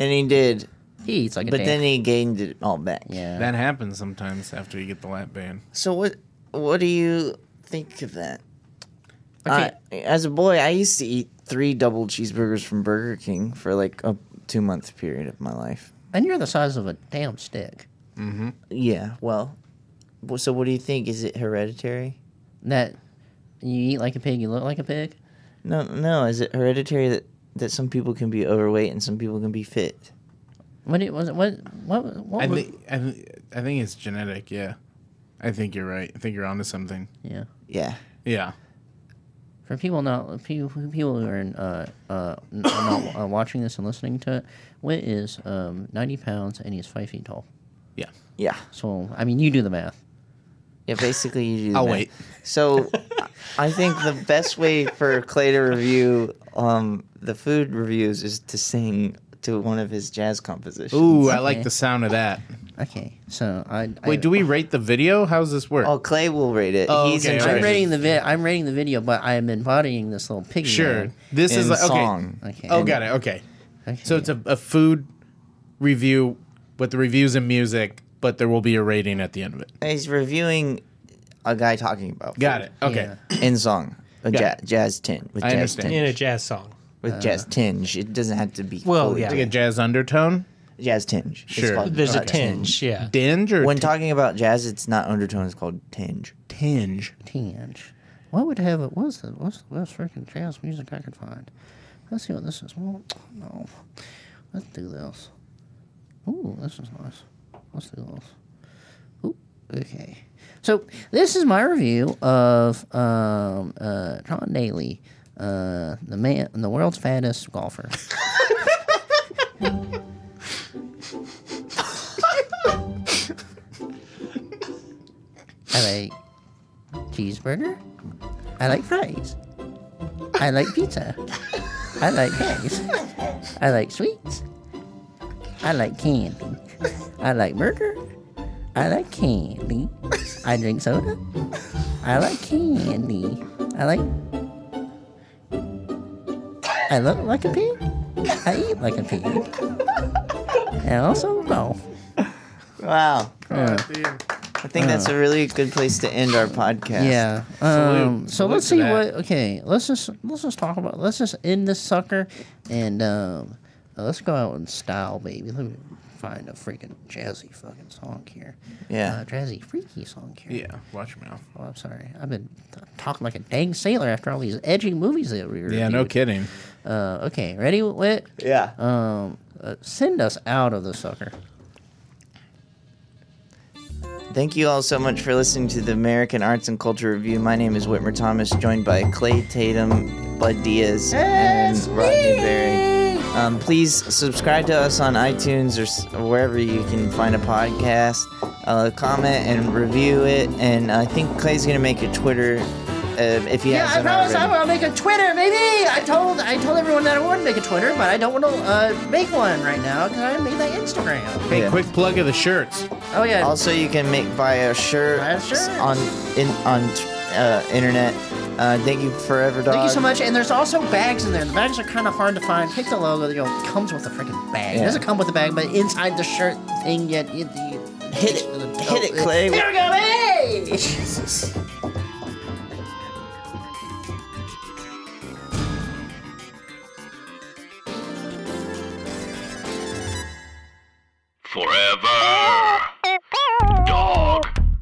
[SPEAKER 2] And he did.
[SPEAKER 3] he eats like a
[SPEAKER 2] But
[SPEAKER 3] damn-
[SPEAKER 2] then he gained it all back.
[SPEAKER 3] yeah.
[SPEAKER 5] That happens sometimes after you get the lap band.
[SPEAKER 2] So what what do you think of that?
[SPEAKER 3] Okay.
[SPEAKER 2] I- as a boy, I used to eat three double cheeseburgers from Burger King for like a two month period of my life.
[SPEAKER 3] and you're the size of a damn stick.
[SPEAKER 2] Yeah. Well, w- so what do you think? Is it hereditary?
[SPEAKER 3] That you eat like a pig, you look like a pig.
[SPEAKER 2] No, no. Is it hereditary that that some people can be overweight and some people can be fit?
[SPEAKER 3] What it was? What? What? What?
[SPEAKER 5] I
[SPEAKER 3] was,
[SPEAKER 5] think I, thi- I think it's genetic. Yeah, I think you're right. I think you're onto something.
[SPEAKER 3] yeah.
[SPEAKER 2] Yeah.
[SPEAKER 5] Yeah.
[SPEAKER 3] For people not people people who are uh, uh, n- are not *coughs* uh, watching this and listening to it, Witt is um, ninety pounds and he's five feet tall.
[SPEAKER 5] Yeah.
[SPEAKER 2] Yeah.
[SPEAKER 3] So I mean, you do the math.
[SPEAKER 2] Yeah. Basically, you do. the
[SPEAKER 5] I'll
[SPEAKER 2] math.
[SPEAKER 5] wait.
[SPEAKER 2] So, I think the best way for Clay to review um, the food reviews is to sing to one of his jazz compositions.
[SPEAKER 5] Ooh, I like the sound of
[SPEAKER 2] *laughs*
[SPEAKER 5] that.
[SPEAKER 3] Okay, so I I-
[SPEAKER 5] Wait, do we rate the video? How's this work?
[SPEAKER 2] Oh, Clay will rate it.
[SPEAKER 5] Oh,
[SPEAKER 2] He's
[SPEAKER 5] okay,
[SPEAKER 2] in
[SPEAKER 5] all
[SPEAKER 3] I'm
[SPEAKER 5] right.
[SPEAKER 2] charge.
[SPEAKER 3] rating the vi- I'm rating the video, but I am embodying this little piggy.
[SPEAKER 5] sure.
[SPEAKER 3] man.
[SPEAKER 5] This is
[SPEAKER 2] in
[SPEAKER 5] like, okay.
[SPEAKER 2] song.
[SPEAKER 3] Okay.
[SPEAKER 5] Oh, got it. Okay.
[SPEAKER 3] Okay.
[SPEAKER 5] So it's a, a food review, but the reviews and music, but there will be a rating at the end of it.
[SPEAKER 2] He's reviewing a guy talking about.
[SPEAKER 5] Got
[SPEAKER 2] food
[SPEAKER 5] it. Okay.
[SPEAKER 2] In song, a ja-
[SPEAKER 5] Got
[SPEAKER 2] jazz tin with
[SPEAKER 5] I
[SPEAKER 2] jazz
[SPEAKER 5] understand.
[SPEAKER 4] in
[SPEAKER 2] tinge
[SPEAKER 4] a jazz song.
[SPEAKER 2] with jazz tinge. It doesn't have to be
[SPEAKER 4] Well,
[SPEAKER 2] fully
[SPEAKER 4] yeah.
[SPEAKER 5] Like a jazz undertone?
[SPEAKER 2] jazz tinge. It's
[SPEAKER 5] Sure.
[SPEAKER 2] called
[SPEAKER 4] There's a
[SPEAKER 2] jazz
[SPEAKER 4] tinge, yeah.
[SPEAKER 5] Dinge or
[SPEAKER 2] When talking about jazz, it's not undertone. It's called tinge.
[SPEAKER 5] tinge?
[SPEAKER 3] tinge. What would have it? What's the what's the best freaking jazz music I could find? Let's see what this is. Well, no, let's do this. Ooh, this is nice. Let's do this. Ooh, okay. So this is my review of um, uh, John Daly, uh, the man, the world's fattest golfer. *laughs* I like cheeseburger. I like fries. I like pizza. I like eggs. I like sweets. I like candy. I like burger. I like candy. I drink soda. I like candy. I like. I love it like a pig. I eat like a pig. And also golf.
[SPEAKER 2] Wow.
[SPEAKER 9] Damn.
[SPEAKER 2] I think that's a really good place to end our podcast.
[SPEAKER 3] Yeah. Um, so
[SPEAKER 5] Salute
[SPEAKER 3] let's
[SPEAKER 5] to
[SPEAKER 3] see
[SPEAKER 5] that.
[SPEAKER 3] what. Okay, let's just let's just talk about. Let's just end this sucker, and um, uh, let's go out in style, baby. Let me find a freaking jazzy fucking song here.
[SPEAKER 2] Yeah.
[SPEAKER 3] uh, jazzy freaky song here.
[SPEAKER 5] Yeah. Watch your mouth.
[SPEAKER 3] Oh, I'm sorry. I've been t- talking like a dang sailor after all these edgy movies that we reviewed.
[SPEAKER 5] Yeah, no kidding.
[SPEAKER 3] Uh, okay, ready, Whit?
[SPEAKER 2] Yeah.
[SPEAKER 3] Um, uh, send us out of the sucker.
[SPEAKER 2] Thank you all so much for listening to the American Arts and Culture Review. My name is Whitmer Thomas, joined by Clay Tatum, Bud Diaz, and Rodney Berry. Um, please subscribe to us on iTunes or s- or wherever you can find a podcast. Uh, comment and review it. And I think Clay's going to make a Twitter uh, if he
[SPEAKER 3] Yeah, I
[SPEAKER 2] hasn't
[SPEAKER 3] promise
[SPEAKER 2] already.
[SPEAKER 3] I will make a Twitter, baby. I told I told everyone that I would make a Twitter, but I don't want to uh, make one right now because I made that Instagram.
[SPEAKER 5] Hey,
[SPEAKER 2] Yeah.
[SPEAKER 5] quick plug of the shirts.
[SPEAKER 3] Oh yeah,
[SPEAKER 2] Also, you can make buy a shirt
[SPEAKER 3] Buy a shirt.
[SPEAKER 2] on in on uh, internet. Uh, thank you, Forever Dog.
[SPEAKER 3] thank you so much. And there's also bags in there. The bags are kind of hard to find. Pick the logo. You know, it comes with a freaking bag. It
[SPEAKER 2] Yeah.
[SPEAKER 3] doesn't come with a bag, but inside the shirt thing, yet you, you
[SPEAKER 2] Hit it. Hit it, Clay.
[SPEAKER 3] Oh, Here we go, hey!
[SPEAKER 7] Forever Dog.